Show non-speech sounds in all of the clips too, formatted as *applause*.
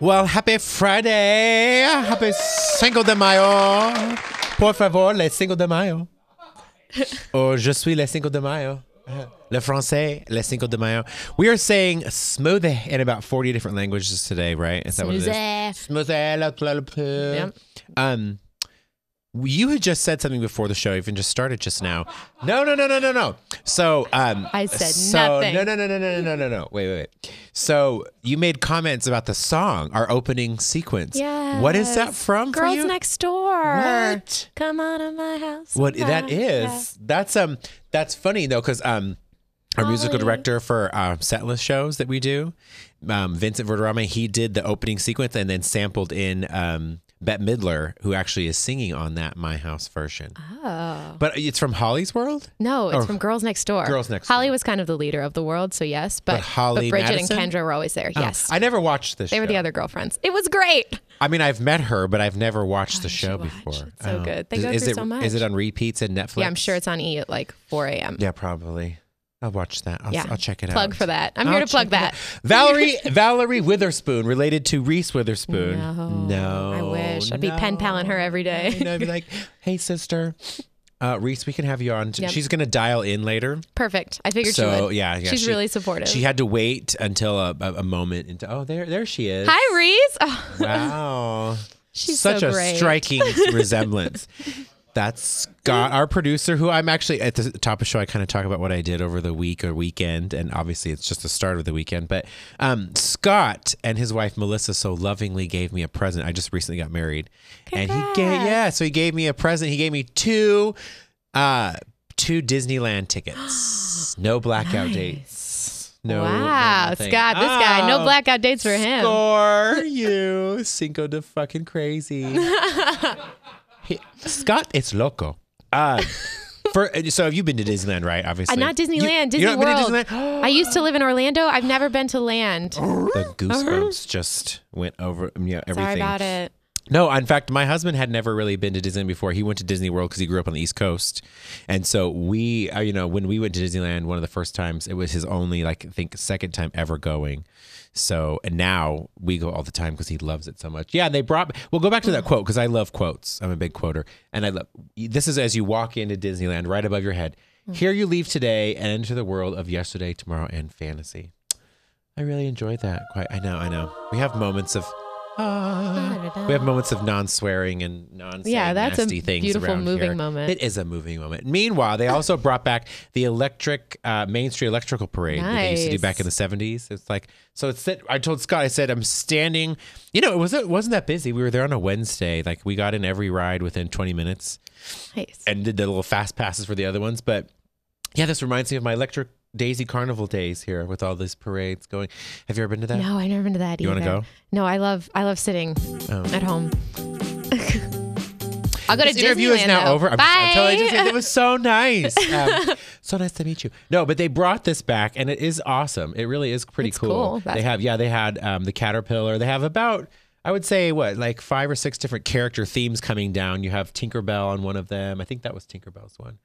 Well, happy Friday. Happy Cinco de Mayo. Por favor, les Cinco de Mayo. or je suis les Cinco de Mayo. Le français, les Cinco de Mayo. We are saying smoothie in about 40 different languages today, right? Is that what it is? Smoothie. Smoothie, la, la, la, la. Yep. Um, you had just said something before the show, even just started just now. No, no, no, no, no, no. So, um, I said so, nothing. No, no, no, no, no, no, no, no. Wait, wait, wait. So you made comments about the song, our opening sequence. What is that Yes. from? for Girls you? Next Door. What? Come out of my house. What and that out. is? That's um. That's funny though, because um, our musical Holly. director for our setlist shows that we do, um, Vincent Verderame, he did the opening sequence and then sampled in um Bette Midler, who actually is singing on that My House version. Yeah. Oh. But it's from Holly's World. No, it's Oh. from Girls Next Door. Girls Next Holly Door. was kind of the leader of the world, so yes. But, But Holly Bridget Madison? and Kendra were always there. Oh, yes. I never watched this. they were the other girlfriends. It was great. I mean, I've met her, but I've never watched the Oh, you show should watch. before. Oh. It's so good. They Is- go is through it, so much. Is it on repeats and Netflix? Yeah, I'm sure it's on E at like 4 a.m. Yeah, probably. I'll watch that. I'll, Yeah. I'll check it out. Plug for that. I'm I'll here to plug check it out. that. *laughs* Valerie Valerie Witherspoon related to Reese Witherspoon. No. No. I wish. I'd be pen paling her every day. You know, I'd be like, "Hey sister, uh, Reese, we can have you on." t- Yep. She's going to dial in later. *laughs* Perfect. I figured she so, would. yeah, yeah, She's she- really supportive. She had to wait until a, a, a moment into Oh, there there she is. Hi, Reese. *laughs* Oh, Wow. she's such so a great. *laughs* striking resemblance. That's Scott, our producer, who I'm actually at the top of the show. I kind of talk about what I did over the week or weekend, and obviously it's just the start of the weekend. But um, Scott and his wife Melissa so lovingly gave me a present. I just recently got married, and he gave Congrats. yeah, so he gave me a present. He gave me two, uh, two Disneyland *gasps* tickets, no blackout Nice. dates. No, no wow, nothing. Scott, this guy, no Oh. blackout dates for him. *laughs* Score you Cinco de fucking crazy. He- Scott is loco. *laughs* Uh, for so have you been to Disneyland, right? Obviously, Uh, not Disneyland, You- Disney you're not World. Been to *gasps* Disneyland? Oh, I used to live in Orlando. I've never been to land. Sorry the goosebumps just went over yeah, everything. about it. No, in fact, my husband had never really been to Disneyland before. He went to Disney World because he grew up on the East Coast, and so we, uh, you know, when we went to Disneyland, one of the first times, it was his only, like, I think, second time ever going. So, and now we go all the time because he loves it so much. Yeah, and they brought. We'll go back to that quote because I love quotes. I'm a big quoter, and I love. This is as you walk into Disneyland, right above your head. Here you leave today and enter the world of yesterday, tomorrow, and fantasy. I really enjoyed that. Quite. I know. I know. We have moments of. Ah. We have moments of non-swearing and non Yeah, that's a nasty things beautiful around moving here. moment. It is a moving moment. Meanwhile, they also brought back the electric uh, Main Street Electrical Parade that they used to do Nice. back in the seventies. It's like so. It's that I told Scott. I said I'm standing. You know, it wasn't it wasn't that busy. We were there on a Wednesday. Like we got in every ride within twenty minutes Nice. and did the little fast passes for the other ones. But yeah, this reminds me of my electric Daisy Carnival days here with all these parades going. Have you ever been to that? No, I've never been to that You either. wanna go? No, I love I love sitting Oh. at home. *laughs* I'll go this to interview Disneyland, is now though. over. I'm, Bye. I'm totally just, it was so nice. *laughs* Um, so nice to meet you. No, but they brought this back and it is awesome. It really is pretty That's cool. That's- They have, yeah, they had um, the caterpillar. They have about, I would say, what, like five or six different character themes coming down. You have Tinkerbell on one of them. I think that was Tinkerbell's one.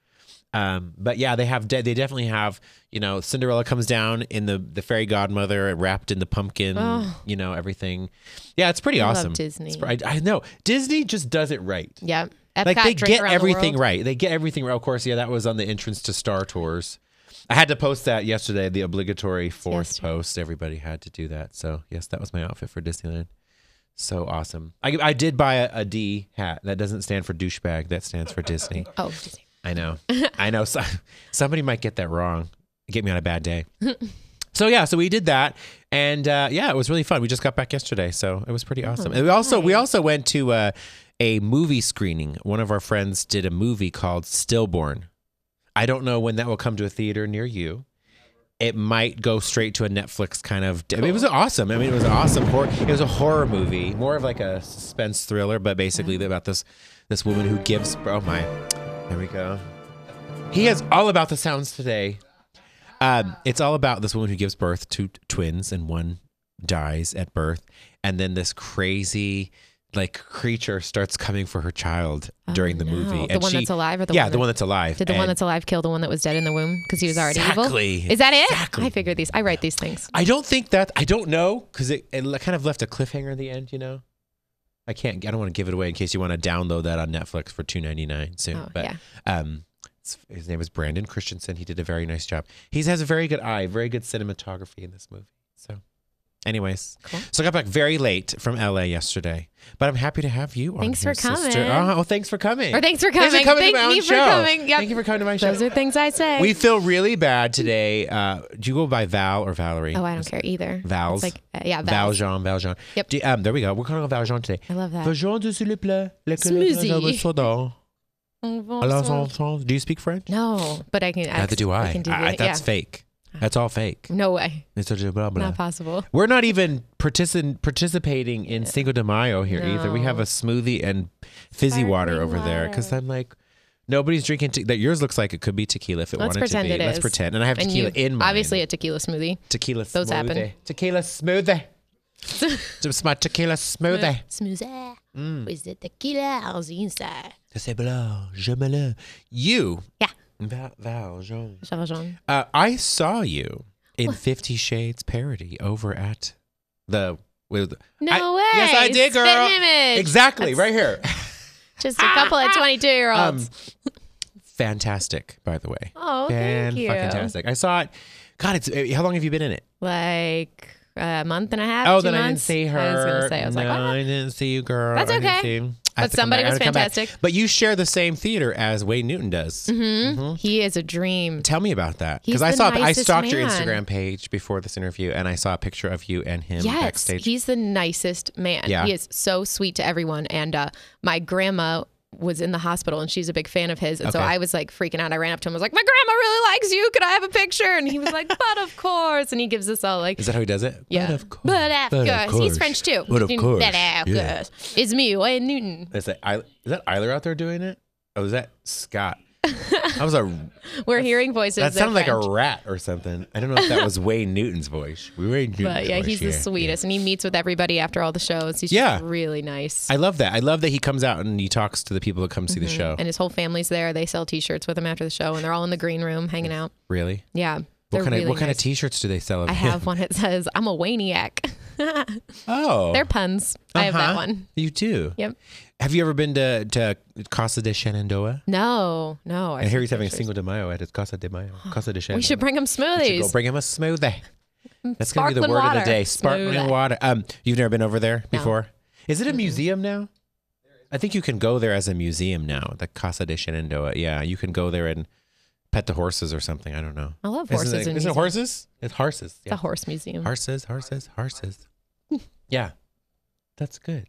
Um, but yeah, they have de- they definitely have you know Cinderella comes down in the the fairy godmother wrapped in the pumpkin, Oh. you know everything. Yeah, it's pretty I love awesome. Disney. It's pr- I, I know Disney just does it right Yep. Epcot, like they drink get around the everything world. right. They get everything right. Of course, yeah, that was on the entrance to Star Tours. I had to post that yesterday, the obligatory fourth Yesterday. post. Everybody had to do that. So yes, that was my outfit for Disneyland. So awesome. I, I did buy a, a D hat. That doesn't stand for douchebag. That stands for Disney. Oh, Disney. I know. I know. So, somebody might get that wrong. Get me on a bad day. *laughs* so yeah, so we did that, and uh, yeah, it was really fun. We just got back yesterday, so it was pretty awesome. and we also we also went to uh, a movie screening. One of our friends did a movie called Stillborn. I don't know when that will come to a theater near you. It might go straight to a Netflix kind of. I mean, it was awesome. I mean, it was an awesome horror. It was a horror movie, more of like a suspense thriller, but basically Mm-hmm. about this this woman who gives. Oh my, there we go. He is all about the sounds today. Um, it's all about this woman who gives birth to t- twins, and one dies at birth, and then this crazy like creature starts coming for her child during the Oh, no. movie. The one that's alive or the yeah, the one that- one that's alive. Did the one And that's alive kill the one that was dead in the womb because he was already Exactly. evil? Is that it? Exactly. I figure these. I write these things. I don't think that I don't know because it, it le- kind of left a cliffhanger at the end. You know, I can't. I don't want to give it away in case you want to download that on Netflix for two ninety nine soon. Oh, but yeah. um, it's- his name is Brandon Christensen. He did a very nice job. He has a very good eye, very good cinematography in this movie. So, anyways, Cool. so I got back very late from LA yesterday, but I'm happy to have you. Thanks on for here, Sister. coming. Uh, oh, thanks for coming. Or thanks for coming. Thanks for coming to Thank my own me for show. coming. Yep. Thank you for coming to my Those show. are things I say. We feel really bad today. Uh, do you go by Val or Valerie? oh, I don't care either. It's Vowels. Like uh, yeah, vowels. Valjean, Valjean. Yep. Do- um, there we go. We're calling it Valjean today. I love that. Valjean, de s'il vous plaît. Les Smoothie. collègues sont dans. Alors, No, ensemble. Do you speak French? but I can. I, Neither do I. can do I, I- it, that's yeah. Mm. fake. That's all fake. No way. It's a blah, blah. Not possible. We're not even partici- participating in Cinco de Mayo here either. We have a No. smoothie and fizzy Sparkling water over there because water. I'm like, nobody's drinking. Te- that yours looks like it could be tequila if it Let's wanted pretend to it be. Let's is. pretend. And I have And tequila you in mine. obviously a tequila smoothie. tequila. Those smoothie. happen. Tequila *laughs* smoothie. Just my tequila smoothie. Smoothie Mm. with the tequila on the inside. C'est blanc, je me le. You. Yeah. Val, Val Jean. Valjean. Uh, I saw you in Fifty Shades parody over at the. With, No I- way. Yes, I did, girl. Spit image. Exactly, That's right *laughs* here. Um, Just a couple Ah! of 22 year olds. fantastic, by the way. oh, thank you. Fan-fucking-tastic. I saw it. God, it's eh, how long have you been in it? Like a month and a half. oh, two then I didn't months. see her. I was going to say, I was no, like, what? I didn't see you, girl. That's I didn't okay. see you. I have But to come somebody back. I was gotta come back. fantastic. But you share the same theater as Wayne Newton does. Mm-hmm. Mm-hmm. He is a dream. Tell me about that He's because I the saw I nicest stalked your man. Instagram page before this interview and I saw a picture of you and him Yes, backstage. he's the nicest man. Yeah. He is so sweet to everyone. And uh, my grandma was in the hospital and she's a big fan of his. And so Okay. I was like freaking out. I ran up to him. I was like, my grandma really likes you. Could I have a picture? And he was like, but of course. And he gives us all like, Is that how he does it? yeah. But of course. But of course. He's French too. But of course. But of Yeah. course. It's me, Wayne Newton. Is that, I, is that Eiler out there doing it? Oh, is that *laughs* Scott? That was a We're hearing voices. that They're sounded like French. a rat or something. I don't know if that was Wayne Newton's voice. We Wayne Newton's But yeah, voice, he's the sweetest. And he meets with everybody after all the shows. He's Yeah. just really nice. I love that. I love that he comes out and he talks to the people that come see the show. Mm-hmm. and his whole family's there. They sell t shirts with him after the show and they're all in the green room hanging out. Really? Yeah. What they're kind really of what kind nice. of t-shirts do they sell? Of *laughs* I him? have one that says, I'm a waniac. *laughs* Oh, They're puns. I have that Uh-huh. one. You do. Yep. Have you ever been to, to Casa de Shenandoah? No, no. I hear he's having a single de Mayo at his Casa de *gasps* Mayo. Casa de Shenandoah. We should bring him You go smoothies. bring him a smoothie. That's going to be the Sparkling word of water. the day. Sparkling Smoothie. water. Um, you've never been over there No. before? Is it a museum now? I think you can go there as a museum now. The Casa de Shenandoah. Yeah, you can go there and pet the horses or something. I don't know. I love Isn't, it, horses and isn't it museums. horses? It's horses. It's a Yeah. horse museum. Horses, horses, *laughs* horses. yeah, that's good.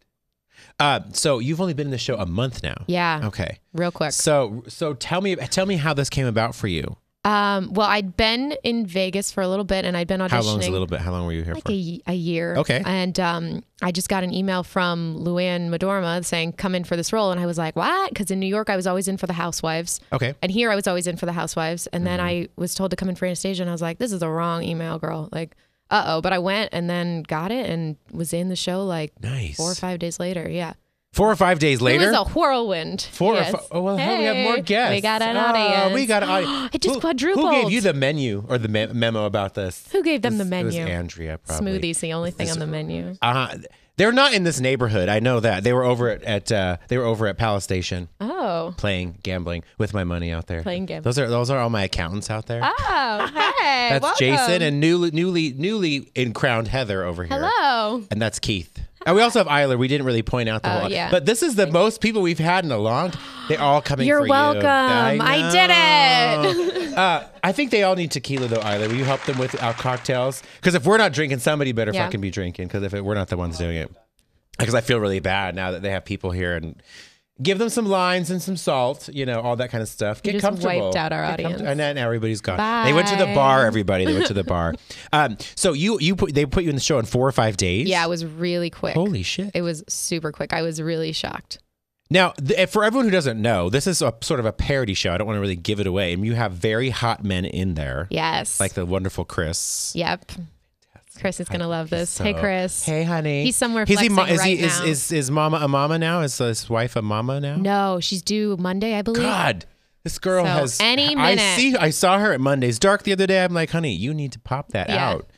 Uh, so you've only been in the show a month now. Yeah, Okay. real quick. So so tell me tell me how this came about for you. Um, well, I'd been in Vegas for a little bit, and I'd been auditioning. How long's a little bit? How long were you here like for? a, ye- a year. Okay. And um, I just got an email from Luann Medorma saying, come in for this role. And I was like, what? Because in New York, I was always in for the housewives. okay. And here I was always in for the housewives. And Mm-hmm. then I was told to come in for Anastasia. And I was like, this is the wrong email, girl. Like, uh oh. But I went and then got it and was in the show like Nice. four or five days later. Yeah. Four or five days later. It was a whirlwind. Four Yes. or five. Oh, well, hell, we have more Hey, guests. We got an Ah, audience. *gasps* we got an audience. it just Who- quadrupled. Who gave you the menu or the me- memo about this? Who gave them the It was menu? Andrea, probably. Smoothies, the only thing on the menu. Uh, they're not in this neighborhood. I know that. They were over at, at uh, they were over at Palace Station *laughs* Oh. playing gambling with my money out there. Playing gambling. Those are those are all my accountants out there. Oh, hey. that's welcome. Jason and newly newly newly in crowned Heather over here. Hello. And that's Keith. And we also have Eiler. We didn't really point out the Oh, whole- yeah. But this is the most people we've had in a long time. They're all coming You're for you. welcome. I did it. uh, I think they all need tequila, though, Eiler. Will you help them with our cocktails? Because if we're not drinking, somebody better Yeah. fucking be drinking. Because if it, we're not the ones doing it. Because I feel really bad now that they have people here and give them some lines and some salt, you know, all that kind of stuff. Get just comfortable. wiped out our Get comfort- audience. And then everybody's gone. They went to the Bye. bar, everybody. They went to the *laughs* bar. um, so you you put, they put you in the show in four or five days. Yeah, it was really quick. Holy shit. It was super quick. I was really shocked. Now, th- for everyone who doesn't know, this is a sort of a parody show. I don't want to really give it away. And you have very hot men in there, Yes. like the wonderful Chris. Yep. Chris is gonna love this. So- hey, Chris. Hey, honey. He's somewhere Is he, flexing mo- is, right he is, now. is is mama a mama now? Is his wife a mama now? No, she's due Monday, I believe. God, this girl So, has any I minute. see. I saw her at Monday's Dark the other day. I'm like, honey, you need to pop that Yeah. out.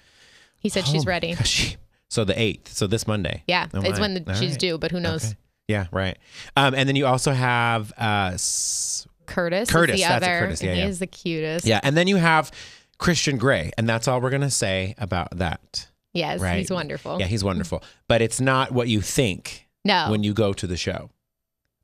He said Oh she's my *laughs* ready. gosh, she- so the eighth. So this Monday. Yeah, Oh it's my. when the, All she's right. due, but who knows? Okay. Yeah, right. Um, and then you also have uh, s- Curtis. Curtis, Is the that's it, other. Curtis, yeah, and yeah. He is the cutest. yeah, and then you have Christian Grey, and that's all we're gonna say about that. Yes, Right. he's wonderful. Yeah, he's wonderful, but it's not what you think No. when you go to the show.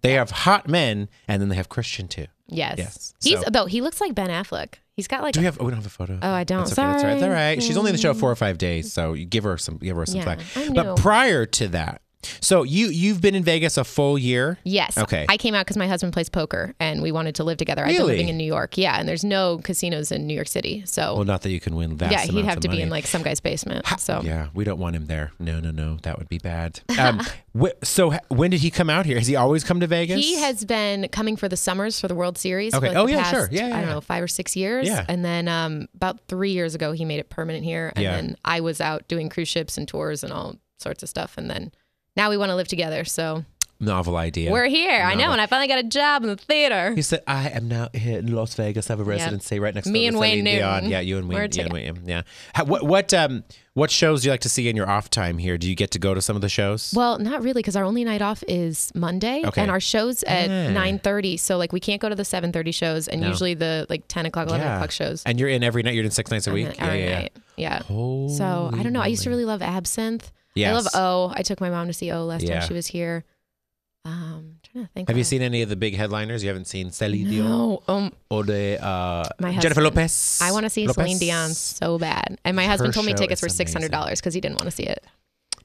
They have hot men, and then they have Christian too. yes. yes, He's so- though he looks like Ben Affleck. He's got like Do we have? Oh, we don't have a photo. Oh, I don't. That's okay. That's all right. That's all Sorry. right. She's only in the show four or five days, so you give her some, give her some Yeah, slack. I But knew. prior to that, so you you've been in Vegas a full year. Yes. Okay. I came out because my husband plays poker and we wanted to live together. I've been Really? living in New York. Yeah. And there's no casinos in New York City. So, Well, not that you can win vast yeah, he'd amounts have of to be money. in like some guy's basement. So, Yeah, we don't want him there. No, no, no. That would be *laughs* bad. Um, wh- so h- when did he come out here? Has he always come to Vegas? He has been coming for the summers for the World Series. Okay. For like Oh, the yeah, past, sure. Yeah, yeah, I don't yeah. know, five or six years. Yeah. And then um, about three years ago, he made it permanent here. And Yeah. then I was out doing cruise ships and tours and all sorts of stuff. And then now we want to live together. So novel idea. we're here. I No. know. And I finally got a job in the theater. He said, "I am now here in Las Vegas. I have a residency right next Me to and the Wayne Celine Dion. Newton. Yeah, you and Wayne. We're you and together. Wayne. Yeah. How, what what um what shows do you like to see in your off time here? Do you get to go to some of the shows? Well, not really, because our only night off is Monday, Okay. and our shows at Ah. nine thirty. So like we can't go to the seven thirty shows, and No. usually the like ten o'clock, eleven Yeah. o'clock shows. And you're in every night. You're in six nights a and week. then Our night, yeah. Holy so I don't know. I used to moly. really love Absinthe. I Yes. love uh, O. I took my mom to see O last Yeah. time she was here. Um, trying to think. Have what you else. seen any of the big headliners? You haven't seen Celine Dion No. Um, or the uh, My Jennifer husband. Lopez. I want to see Lopez? Celine Dion so bad, and my husband told me show tickets were is amazing. six hundred dollars because he didn't want to see it.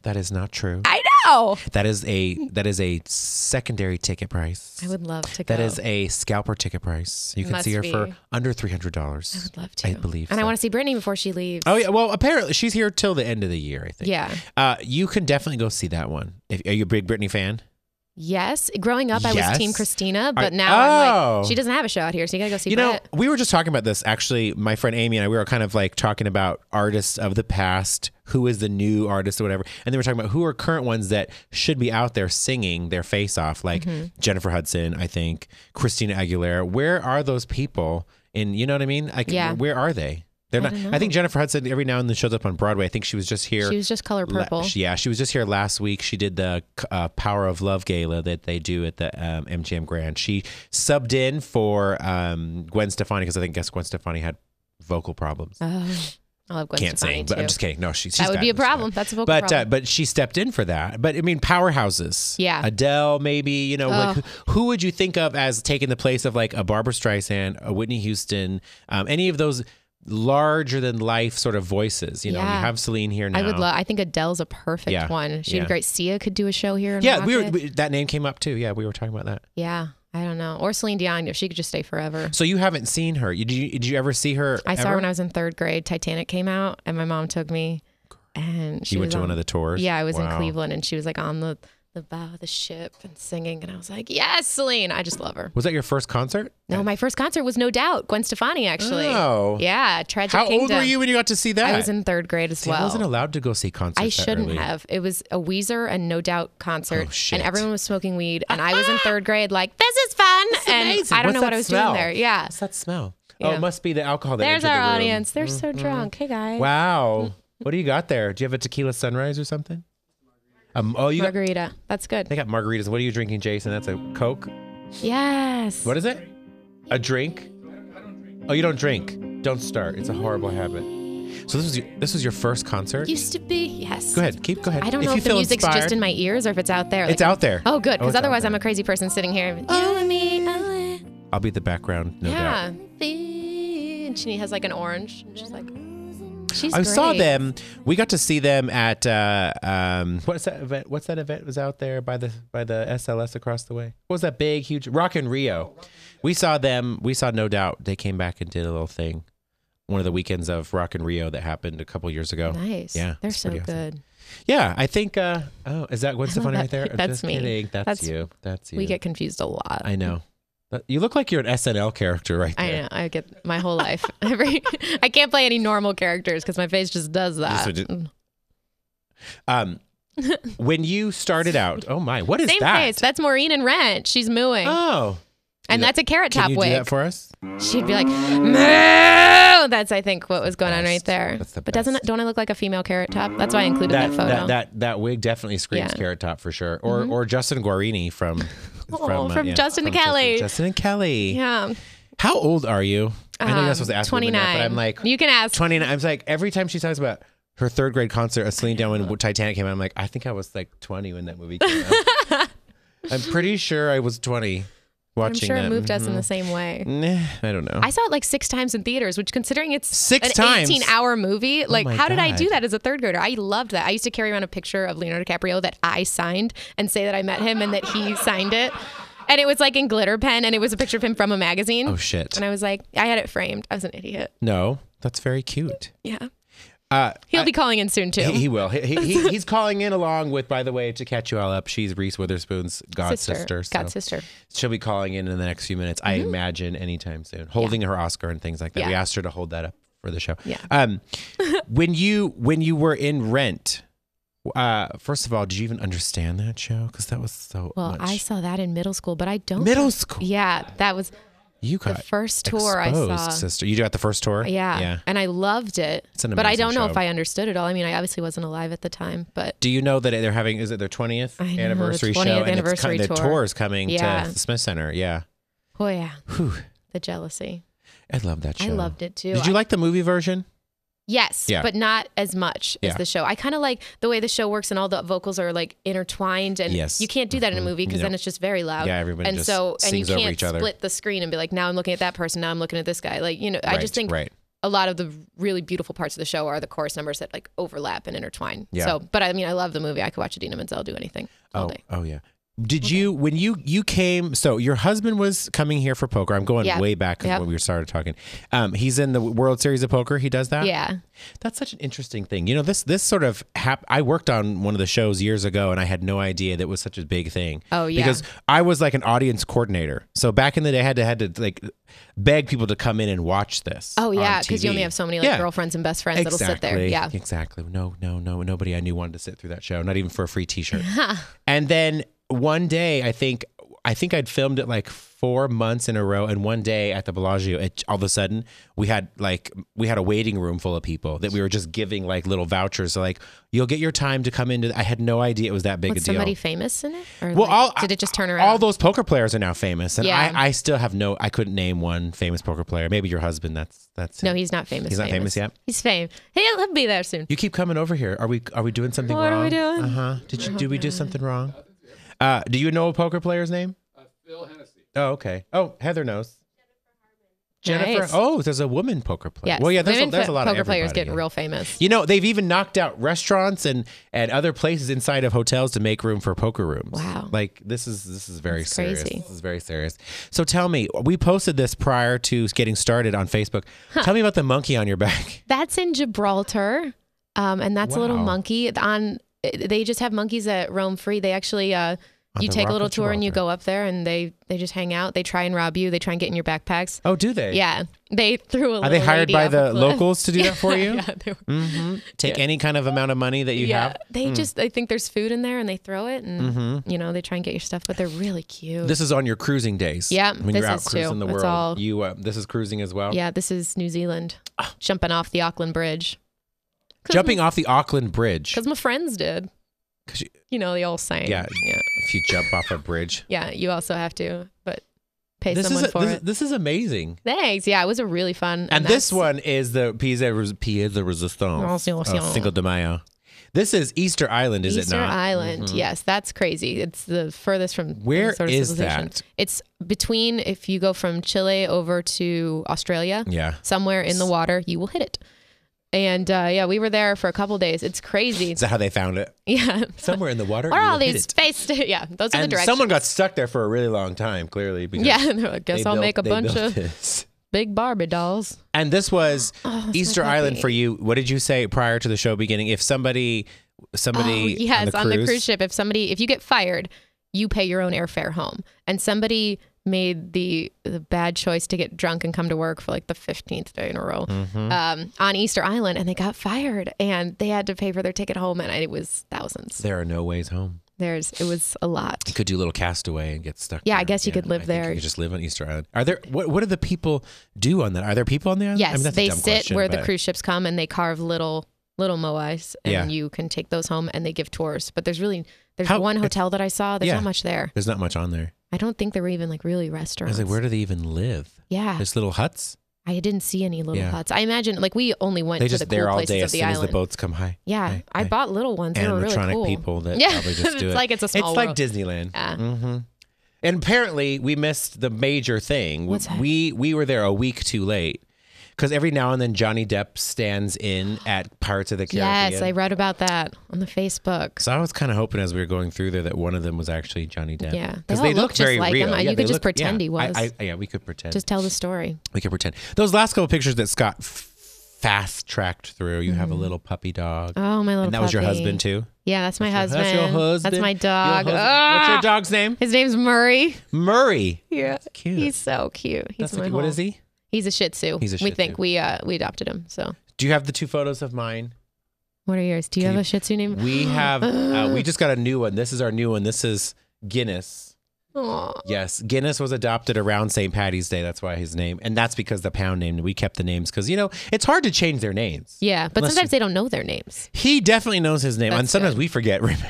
That is not true. I know. That is a that is a secondary ticket price. I would love to. That go. is a scalper ticket price. You can Oh. Must see her for be. under three hundred I *laughs* dollars. would love to. I believe And I so. want to see Brittany before she leaves. Oh yeah. Well, apparently she's here till the end of the year. I think. yeah. Uh, you can definitely go see that one. If, are you a big Britney fan? Yes. Growing up, I Yes. was Team Christina, Are- but now I'm Oh. like, she doesn't have a show out here, so you gotta go see you know, Brett. we were just talking about this actually. My friend Amy and I, we were kind of like talking about artists of the past, who is the new artist or whatever, and then we were talking about who are current ones that should be out there singing their face off, like Mm-hmm. Jennifer Hudson, I think, Christina Aguilera. Where are those people? And you know what I mean? Like, Yeah. where are they? They're not. don't I, know. think Jennifer Hudson every now and then shows up on Broadway. I think she was just here. She was just color la- purple. she- yeah, she was just here last week. She did the uh, Power of Love gala that they do at the um, MGM Grand. She subbed in for um, Gwen Stefani because I think guess Gwen Stefani had vocal problems. Oh, I love Gwen Can't Stefani sing, but too. I'm just kidding. No, she, she's that would be a fabulous. problem. That's a vocal But uh, problem. but she stepped in for that. But I mean, powerhouses. Yeah. Adele, maybe you know, like Ugh. who, who would you think of as taking the place of like a Barbara Streisand, a Whitney Houston, um, any of those larger than life sort of voices? You know, you Yeah. have Celine here now. I would love. I think Adele's a perfect Yeah. one. She'd Yeah. be great. Sia could do a show here. In Yeah, we were, Rockett. we, that name came up too. Yeah, we were talking about that. yeah, I don't know. Or Celine Dion if she could just stay forever. So you haven't seen her. You, did, you, did you ever see her? I saw ever? her when I was in third grade. Titanic came out, and my mom took me, and she You was went to on, one of the tours. Yeah, I was in Wow. Cleveland, and she was like on the the bow of the ship and singing, and I was like, yes, Celine. I just love her. Was that your first concert? No, my first concert was No Doubt, Gwen Stefani, actually. Oh. Yeah, Tragic How old Kingdom. were you when you got to see that? I was in third grade as See, I well. wasn't allowed to go see concerts. I that shouldn't early. have. It was a Weezer and No Doubt concert, Oh, shit. and everyone was smoking weed, and I *laughs* was in third grade, like this is fun, and I don't know what I was doing there. Yeah, What's that smell? Oh, Yeah. it must be the alcohol. That there's entered our the room. Mm-hmm. audience. They're so drunk. Hey guys, *laughs* Wow. what do you got there? Do you have a tequila sunrise or something? Um, oh, you got, margarita. That's good. they got margaritas. What are you drinking, Jason? That's a Coke. Yes. What is it? A drink? Oh, you don't drink. Don't start. It's a horrible habit. So this was your this was your first concert. used to be? Yes. go ahead. Keep go ahead. I don't If know you if the feel music's inspired, just in my ears or if it's out there. It's like- out there. Oh, good, Oh, because it's out otherwise I'm there. a crazy person sitting here. You and me, I- I'll be the background, no yeah. doubt. And she has like an orange. and She's like, she's. I saw great. them. We got to see them at uh, um, what's that event? What's that event was out there by the by the SLS across the way? What was that big huge Rock in Rio? We saw them. We saw No Doubt. They came back and did a little thing. One of the weekends of Rock in Rio that happened a couple years ago. Nice. Yeah, They're it's so pretty awesome. good. Yeah, I think. Uh, oh, is that Gwen Stefani that right there? pic. *laughs* That's Just me. Kidding. That's, That's- you. That's you. We get confused a lot. I know. But You look like you're an SNL character right I there. know. *laughs* I get my whole life. Every I can't play any normal characters because my face just does that. So did- *laughs* Um, when you started out, oh my, what is Same that? face. That's Maureen and Rent. She's mooing. Oh, and that's a carrot can top you do wig. that for us? She'd be like, "Moo!" That's I think what was going on right best. there. That's the but doesn't best. don't I look like a female carrot top? That's why I included that, That, photo. that that that wig definitely screams Yeah. Mm-hmm. carrot top for sure, or or Justin Guarini from *laughs* uh, Oh, from Justin to Kelly. Justin, Justin and Kelly. yeah, How old are you? I know you're Um, not supposed to ask me that, but I'm like you can ask. 29. I'm like every time she talks about her third grade concert of Celine Dion when Titanic came out, I'm like I think I was like 20 when that movie came out. *laughs* I'm pretty sure I was 20 I'm watching sure that. it moved us in Mm-hmm. the same way. Nah, I don't know. I saw it like six times in theaters, which considering it's Six an times? Oh 18 hour movie, like my how did I God. do that as a third grader? I loved that. I used to carry around a picture of Leonardo DiCaprio that I signed and say that I met him and that *gasps* he signed it. And it was like in glitter pen and it was a picture of him from a magazine. oh shit. And I was like, I had it framed. I was an idiot. No, that's very cute. Yeah. Uh, He'll be calling in soon too. He, he will. He, he, *laughs* he- he's calling in along with, by the way, to catch you all up. She's Reese Witherspoon's god sister. so God sister. she'll be calling in in the next few minutes. I imagine anytime soon, holding her Oscar and things like that. We Mm-hmm. Yeah. asked her to hold that up for the show. Yeah. *laughs* Um, when you when you were in Rent, uh, first of all, did you even understand that show? Because that was so Well, much. I saw that in middle school, but I don't. Middle school. Yeah, that was you the got first tour exposed, I saw. sister. You got the first tour. Yeah. Yeah. And I loved it. It's an but I amazing don't know show. if I understood it all. I mean, I obviously wasn't alive at the time, but Do you know that they're having? Is it their twentieth I know, the anniversary 20th show? And it's co- anniversary the tour. tour is coming Yeah. to the Smith Center. Yeah. oh yeah, Whew. the jealousy. I love that show. I loved it too. Did you I- like the movie version? yes, Yeah. but not as much as Yeah. the show. I kind of like the way the show works and all the vocals are like intertwined and Yes. you can't do that in a movie because No. then it's just very loud. Yeah, everybody and just so and you sings over can't each other. split the screen and be like, now I'm looking at that person, now I'm looking at this guy. Like you know, I just Right, think right. a lot of the really beautiful parts of the show are the chorus numbers that like overlap and intertwine. Yeah. So, but I mean, I love the movie. I could watch Adina Menzel do anything all Oh, day. oh yeah. Did you when you you came? So your husband was coming here for poker. I'm going Yeah. way back 'cause Yep. when we started talking. Um, he's in the World Series of Poker. He does that. Yeah. that's such an interesting thing. You know this this sort of hap- I worked on one of the shows years ago, and I had no idea that was such a big thing. Oh, yeah. because I was like an audience coordinator. So back in the day, I had to had to like beg people to come in and watch this. Oh on yeah, because you only TV. have so many like Yeah. girlfriends and best friends that'll sit there. Yeah. Exactly. No, no, no. Nobody I knew wanted to sit through that show, not even for a free *laughs* t-shirt. And then one day, I think I think I'd filmed it like 4 months in a row and one day at the Bellagio, it, all of a sudden, we had like we had a waiting room full of people that we were just giving like little vouchers so like you'll get your time to come into I had no idea it was that big Was a deal. somebody famous in it? Or Well, like, all- did it just turn around? all those poker players are now famous, and Yeah. I, I still have no. I couldn't name one famous poker player. Maybe your husband. That's that's. no, him. he's not famous. He's not famous yet? He's fame. *laughs* Hey, he'll be there soon. You keep coming over here. Are we are we doing something What are wrong? we doing? Uh huh. Did you do we do something wrong? Uh, do you know a poker player's name? Uh, Phil Hennessy. Oh okay. Oh Heather knows. Jennifer. Nice. Oh, there's a woman poker player. Yes. Well, yeah. There's a, Women there's po- a lot poker of players everybody, getting yeah. real famous. You know, they've even knocked out restaurants and and other places inside of hotels to make room for poker rooms. Wow. Like this is this is very That's serious. crazy. This is very serious. So tell me, we posted this prior to getting started on Facebook. Tell me about the monkey on your back. *laughs* That's in Gibraltar, um, and that's a little Wow. monkey on. eh, They just have monkeys that roam free. They actually, uh, On you the take Rock a little of tour and you Gibraltar. go up there, and they they just hang out. They try and rob you. They try and get in your backpacks. Oh, do they? Yeah, they threw a. Are they little hired lady by off a the cliff. *laughs* locals to do that for you? yeah, they were hmm Take any kind of amount of money that you have. Hmm. Mm-hmm. They just they think there's food in there and they throw it and you know they try and get your stuff, but they're really cute. This is on your cruising days. Yeah, when this you're out is too. cruising the That's world, all. you uh, this is cruising as well. yeah, this is New Zealand, jumping off the Auckland Bridge. Ah. jumping off the Auckland Bridge. because my friends did. 'Cause you- You know the old saying. Yeah. yeah, If you jump off a bridge, yeah. You also have to, but pay this is someone a- for this, it. this is amazing. Thanks. Yeah, it was a really fun. And this that's- Oh, one is the Pisa Res- Pisa Resistance, Resistance. of Cinco de Mayo. This is Easter Island, is Easter it not? Mm-hmm. Island. Yes, that's crazy. It's the furthest from any Where sort of is civilization. that? It's between if you go from Chile over to Australia. Yeah. somewhere in the water, you will hit it. And uh, yeah, we were there for a couple days. It's *laughs* crazy. *laughs* Is that how they found it? yeah. Somewhere in the water. Are you all will hit these it. face? Yeah, those are the And directions. someone got stuck there for a really long time, clearly. Because yeah, *laughs* and they're like, guess they I'll built- make a they bunch built of this. big Barbie dolls. And this *gasps* was Oh, Easter my Island puppy. for you. What did you say prior to the show beginning? If somebody, somebody oh, yes, on, the cruise, ship. If somebody, if you get fired, you pay your own airfare home, and somebody made the the bad choice to get drunk and come to work for like the 15th day in a row Mm-hmm. um, on Easter Island and they got fired and they had to pay for their ticket home and it was thousands. There are no ways home. There's it was a lot. Could do a little castaway and get stuck. Yeah, I there. guess you could live I think there. You could just live on Easter Island. Are there? What What do the people do on that? Are there people on the island? I Yes, mean, that's a they dumb sit question, where the but- cruise ships come and they carve little little moais and Yeah. you can take those home and they give tours. But there's really there's How- one hotel that I saw. There's yeah. not much there. There's not much on there. I don't think there were even like really I restaurants. was like, where do they even live? yeah, There's little huts. I didn't see any little Yeah. huts. I imagine like we only went They to just the cool there all places day of as the soon as island. the boats come high. yeah, Right, I right. bought little ones. They were really animatronic cool. people that yeah, *laughs* probably just do it's it. like it's a it's small like world. Disneyland. Yeah. hmm And apparently, we missed the major thing. What's that? we we were there a week too late because every now and then Johnny Depp stands in at parts of the Caribbean. yes, I read about that on the Facebook. so I was kind of hoping as we were going through there that one of them was actually Johnny Depp. Yeah. They because all they, look look just very like real. him. Yeah, I- you could they just look- pretend yeah. he was. I, I, yeah, we could pretend. Just tell the story. we could pretend. Those last couple pictures that Scott fast tracked through. You have a little puppy dog, Oh, my Mm-hmm. little. and that was your puppy. husband too. Yeah, that's my husband. That's your husband. That's my Your dog. husband. What's Ah! your dog's name? His name's Murray. Murray. Yeah, Cute. he's so cute. He's That's my like, what whole- is he? He's a Shih Tzu. He's a we Shih think Tzu. we uh we adopted him. So Do you have the two photos of mine? what are yours? Do you Can have you- a Shih Tzu name? We have. Uh, we just got a new one. This is our new one. This is Guinness. Aw. Yes, Guinness was adopted around St. Patty's Day. That's why his name, and that's because the pound name. We kept the names because you know it's hard to change their names. Yeah, but Unless sometimes they don't know their names. *laughs* He definitely knows his name, and That's sometimes good. we forget. *laughs* Remember,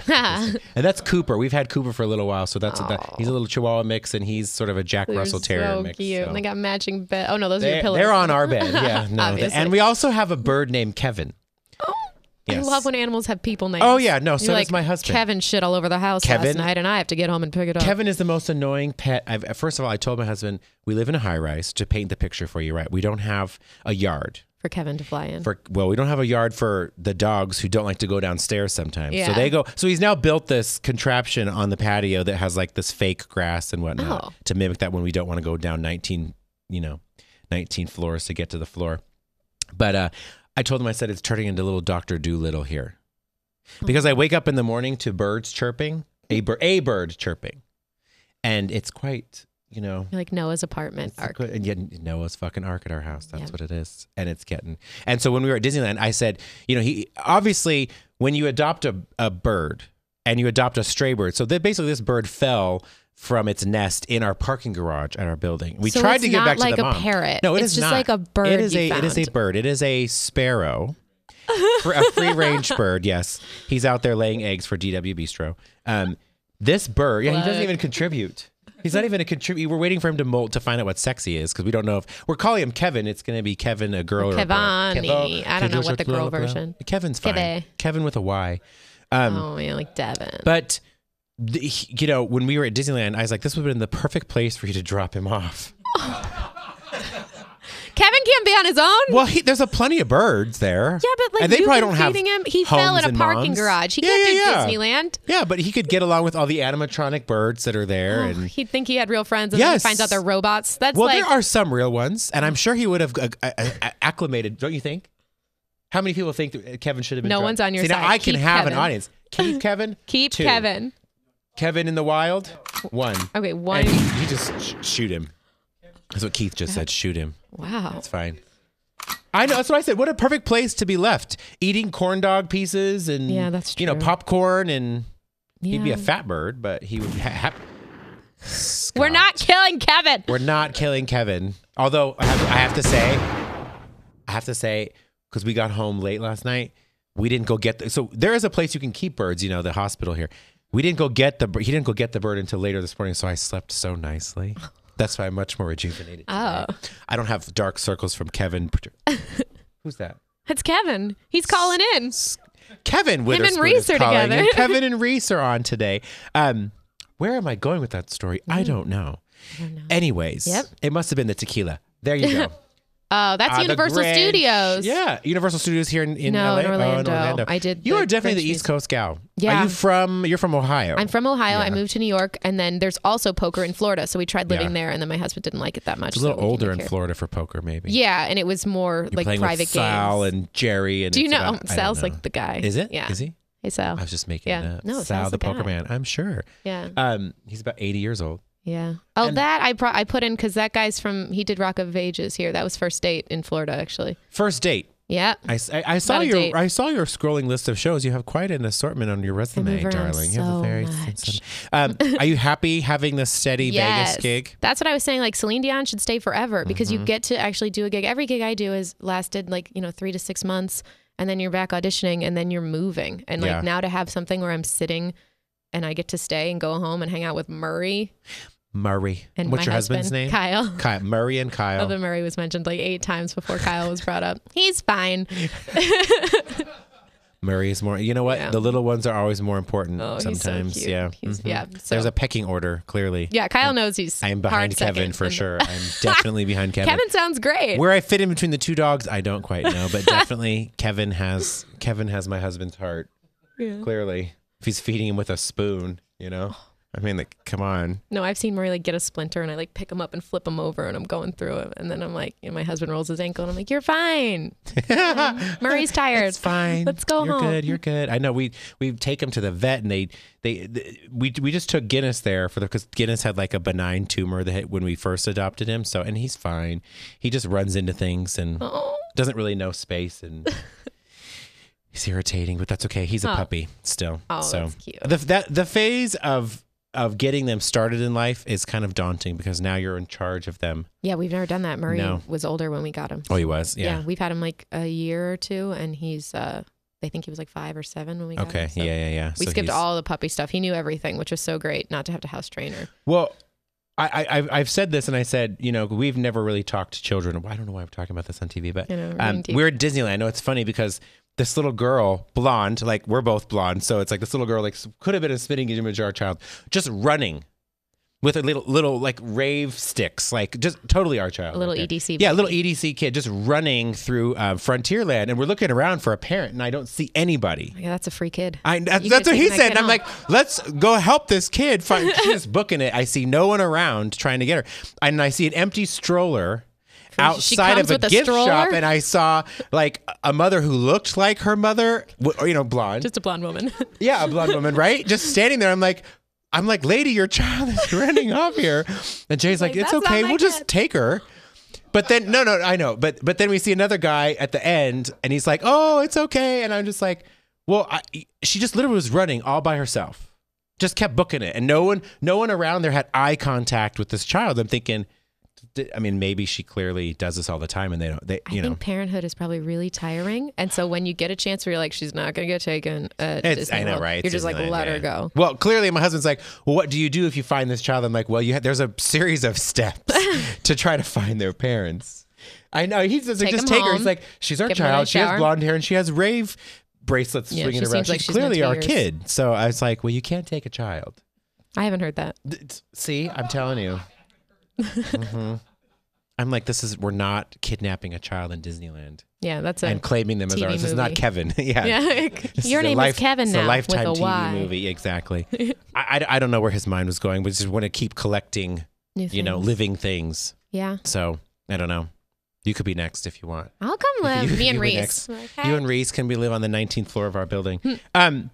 and that's Cooper. We've had Cooper for a little while, so that's that, Aw. he's a little Chihuahua mix, and he's sort of a Jack Russell Terrier so mix. cute. so- And they got matching bed. Oh no, those are They- your they're, pillows. on our bed, *laughs* yeah. No, Obviously. and we also have a bird named Kevin. I Yes. love when animals have people names. Oh, yeah, no, You're so does like, my husband. Kevin shit all over the house last Kevin- night, and I have to get home and pick it up. Kevin is the most annoying pet. I've, first of all, I told my husband we live in a high rise. To paint the picture for you, right? We don't have a yard for Kevin to fly in. for well, we don't have a yard for the dogs who don't like to go downstairs sometimes. So Yeah. they go. So he's now built this contraption on the patio that has like this fake grass and whatnot Oh. to mimic that when we don't want to go down 19, you know, 19 floors to get to the floor. But uh, I told him I said it's turning into little Doctor Doolittle here because I wake up in the morning to birds chirping, a, bir- a bird chirping, and it's quite you know You're like Noah's apartment it's a arc. good- and yet Noah's fucking ark at our house. That's Yeah. what it is. And it's getting. And so when we were at Disneyland, I said, you know, he obviously when you adopt a, a bird and you adopt a stray bird, so that basically this bird fell from its nest in our parking garage at our building. We So tried it's to give not back like to the a mom. parrot. No, it It's is not. just like a bird It is you a it is a found. bird. It is a sparrow. Fr- a free range bird, yes. He's out there laying eggs for DW Bistro. Um, this bird, yeah, he doesn't Plug. even contribute. He's not even a contribute. We're waiting for him to molt to find out what sexy is because we don't know if we're calling him Kevin. It's going to be Kevin, a oh, girl, or a boy. Kevani. Kevo- I don't know what the girl version. Kevin's fine. Keve. Kevin with a Y. oh yeah, like Devin. um, But the, he- you know, when we were at Disneyland, I was like, this would have been the perfect place for you to drop him off. Kevin can't be on his own. Well, he, there's a plenty of birds there. Yeah, but like and they you've probably been don't have feeding him. He fell homes in a and parking moms. garage. He Yeah, can't yeah, yeah. do Disneyland. Yeah, but he could get along with all the animatronic birds that are there. Oh, and he'd think he had real friends, and then Yes. he finds out they're robots. That's well, like there are some real ones, and I'm sure he would have uh, uh, uh, acclimated. Don't you think? How many people think that Kevin should have been? No dropped? one's on your See, Now side. I can Keep have an Kevin. audience. *laughs* Keep Kevin. keep two. Kevin. Kevin in the wild. One. Okay, And one. he, he just sh- shoot him. That's what Keith just said. Shoot him. wow. It's fine. I know. That's what I said. What a perfect place to be left, eating corn dog pieces and Yeah, that's you know true. popcorn and he'd be Yeah. a fat bird, but he *laughs* would. Ha- ha- We're not killing Kevin. We're not killing Kevin. Although I have, I have to say, I have to say, because we got home late last night, we didn't go get. The, so there is a place you can keep birds. You know, the hospital here. We didn't go get the. bir- He didn't go get the bird until later this morning. So I slept so *laughs* nicely. That's why I'm much more rejuvenated. Oh, I don't have dark circles from *laughs* Kevin. Who's that? it's Kevin. He's calling in. Kevin and Witherspoon Reese is are calling in. *laughs* together. Kevin and Reese are on today. Um, where am I going with that story? I Mm-hmm. don't know. Anyways, Yep. it must have been the tequila. There *laughs* you go. Oh, that's Ah, the Universal Grinch. Studios. Yeah, Universal Studios here in, in No, LA. in Oh, Orlando. I did You the are definitely Grinch the East music. Coast gal. Yeah. Are you from? You're from Ohio. I'm from Ohio. I moved to New York, and then there's also poker in Florida. So we tried living there, and then my husband didn't like it that much. a little so we came older back in here. Florida for poker, maybe. Yeah, and it was more like Playing private with games. Sal and Jerry. And Do you it's know um, about- I don't Sal's know. like the guy? Is it? Yeah. Is he? Hey Sal. I was just making Yeah. it up. No, Sal, Sal's the the poker guy. man. I'm sure. Yeah. Um, he's about 80 years old. Yeah. Oh, And- that I pro- I put in because that guy's from he did Rock of Ages here. That was first date in Florida actually. First date. Yeah. I, s- I- I saw Not a your date. I saw your scrolling list of shows. You have quite an assortment on your resume, move around darling. you have so a very much. sensitive- um, Are you happy having this *laughs* steady Yes. Vegas gig? Mm-hmm. That's what I was saying. Like Celine Dion should stay forever because you get to actually do a gig. Every gig I do is lasted like you know three to six months, and then you're back auditioning, and then you're moving. And like Yeah. now to have something where I'm sitting, and I get to stay and go home and hang out with Murray Murray. and What's my your husband's husband, name? Kyle. Kyle. Murray and Kyle. Other Murray was mentioned like eight times before Kyle was brought up. He's fine. Murray is more. You know what? Yeah. The little ones are always more important. Oh, he's so sometimes, cute. yeah. Mm-hmm. He's- yeah, so- There's a pecking order. Clearly, Yeah, Kyle knows he's. I am hard behind Kevin second for in the- sure. I'm definitely *laughs* behind Kevin. Kevin sounds great. Where I fit in between the two dogs, I don't quite know, *laughs* but definitely Kevin has Kevin has my husband's heart. Clearly, if he's feeding him with a spoon, you know. I mean, like, come on. No, I've seen Murray like get a splinter and I like pick him up and flip him over and I'm going through him. And then I'm like, you know, my husband rolls his ankle and I'm like, *laughs* you're fine. Murray's tired. It's fine. Let's go You're home. good. You're good. I know we we take him to the vet and they they, th- we we just took Guinness there for the because Guinness had like a benign tumor that hit when we first adopted him. So and he's fine. He just runs into things and Oh, doesn't really know space *laughs* and he's irritating, but that's okay. He's a Oh. puppy still. Oh, so that's cute. the that the phase of of getting them started in life is kind of daunting because now you're in charge of them. yeah, we've never done that. Murray No. was older when we got him. Oh, he was. Yeah. Yeah. we've had him like a year or two and he's, uh, I think he was like five or seven when we got him. Okay. so Yeah, yeah, yeah. We So skipped he's- all the puppy stuff. He knew everything, which was so great not to have to house trainer. Well, I, I I've, I've said this, and I said, you know, we've never really talked to children. Well, I don't know why I'm talking about this on TV, but I know, um, really deep. we're at Disneyland. I know it's funny because this little girl, blonde, like we're both blonde, so it's like this little girl, like could have been a spitting image of our child, just running with a little little like rave sticks, like just totally our child. A little E right there. EDC. Oh, Yeah, a little EDC kid just running through uh, Frontierland, and we're looking around for a parent, and I don't see anybody. Yeah, that's a free kid. I, that, You that's what could've he taken that said. kid And I'm home. like, let's go help this kid find. *laughs* She's booking it. I see no one around trying to get her, and I see an empty stroller She outside of comes a with a gift shop, stroller? and I saw like a mother who looked like her mother, w- or, you know, blonde. Just a *laughs* blonde woman. yeah, a blonde woman, right? Just standing there. I'm like. I'm like, lady, your child is running off here. And Jay's like, like, it's "That's not okay. my We'll just kid." take her. But then, no, no, I know. But but then we see another guy at the end, and he's like, "Oh, it's okay." And I'm just like, "Well, I, she just literally was running all by herself, just kept booking it, and no one, no one around there had eye contact with this child." I'm thinking, d- I mean, maybe she clearly does this all the time, and they don't, they, you know, I think parenthood is probably really tiring, and so when you get a chance where you're like, she's not gonna get taken, at it's, Disney I know, World, right? You're just like, Disneyland, let her yeah. go. Well, clearly, my husband's like, "Well, what do you do if you find this child?" I'm like, "Well, you ha- there's a series of *laughs* steps to try to find their parents." I know he says, Take "Just 'em take her." home, He's like, "She's our give 'em a child. nice She has shower." blonde hair and she has rave bracelets Yeah, swinging she around. seems like she's she's into clearly our yours. kid." So I was like, "Well, you can't take a child." I haven't heard that. D- t- See, I'm telling you. Mhm. I'm like, this is we're not kidnapping a child in *laughs* Disneyland Yeah, that's a and claiming them as TV ours. This is not movie. Kevin. *laughs* yeah. *laughs* yeah. This Your a name life- is Kevin it's A now lifetime with TV a Y. movie, *laughs* exactly. I, I, I don't know where his mind was going, but just want to keep collecting, New you know, things. living things. yeah, So I don't know. You could be next if you want. I'll come *laughs* live. You- Me and you were Reese. next. Okay. You and Reese can we live on the 19th floor of our building? Hmm. um,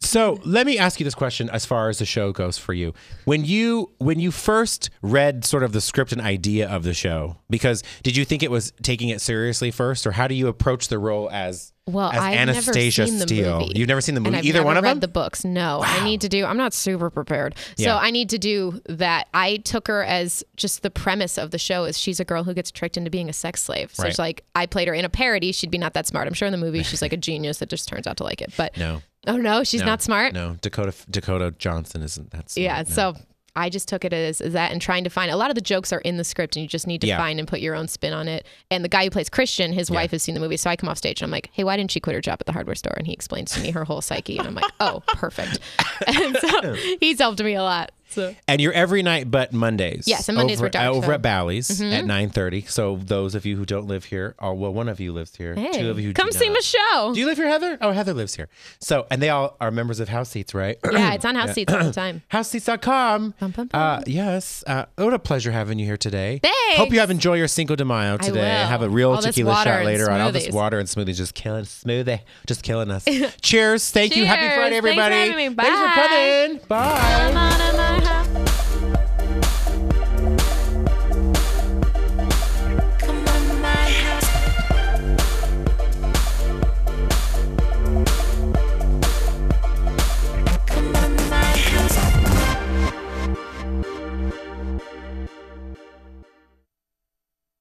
so let me ask you this question as far as the show goes for you. When you when you first read sort of the script and idea of the show, because did you think it was taking it seriously first, or how do you approach the role as well, as I've Anastasia never seen the Steele? movie. You've never seen the and movie, I've either never one of read them. The books. No, I need to do. I'm not super prepared, so Yeah. I need to do that. I took her as just the premise of the show is she's a girl who gets tricked into being a sex slave. So Right. it's like I played her in a parody. She'd be not that smart. I'm sure in the movie she's like a genius that just turns out to like it. *laughs* But no, oh no, she's no, not smart. No, Dakota Dakota Johnson isn't that. Smart, Yeah. no. So I just took it as, as that and trying to find a lot of the jokes are in the script and you just need to Yeah. find and put your own spin on it. And the guy who plays Christian, his wife has seen the movie. So I come off stage and I'm like, hey, why didn't she quit her job at the hardware store? And he explains to me her whole psyche. And I'm like, oh, perfect. *laughs* *laughs* And so he's helped me a lot. So And you're every night but Mondays. Yes, and Mondays over, we're dark, Mm-hmm. over so- at Bally's at 9:30. So those of you who don't live here, oh well, one of you lives here. hey, Two of you come do see not. my show. Do you live here, Heather? Oh, Heather lives here. So, and they all are members of House Seats, right? *clears throat* yeah, it's on house seats all the time. HouseSeats.com. Bum, bum, bum. Uh, yes. Uh, what a pleasure having you here today. Thanks. Hope you have enjoy your Cinco de Mayo today. will. Have a real All this tequila water shot and later on. All this smoothies. water and smoothies just killing smoothie, *laughs* just killing us. Cheers. Thank you. Happy Cheers. Friday, Thanks for everybody. having me. Thanks for Bye. coming. Bye. I'm on a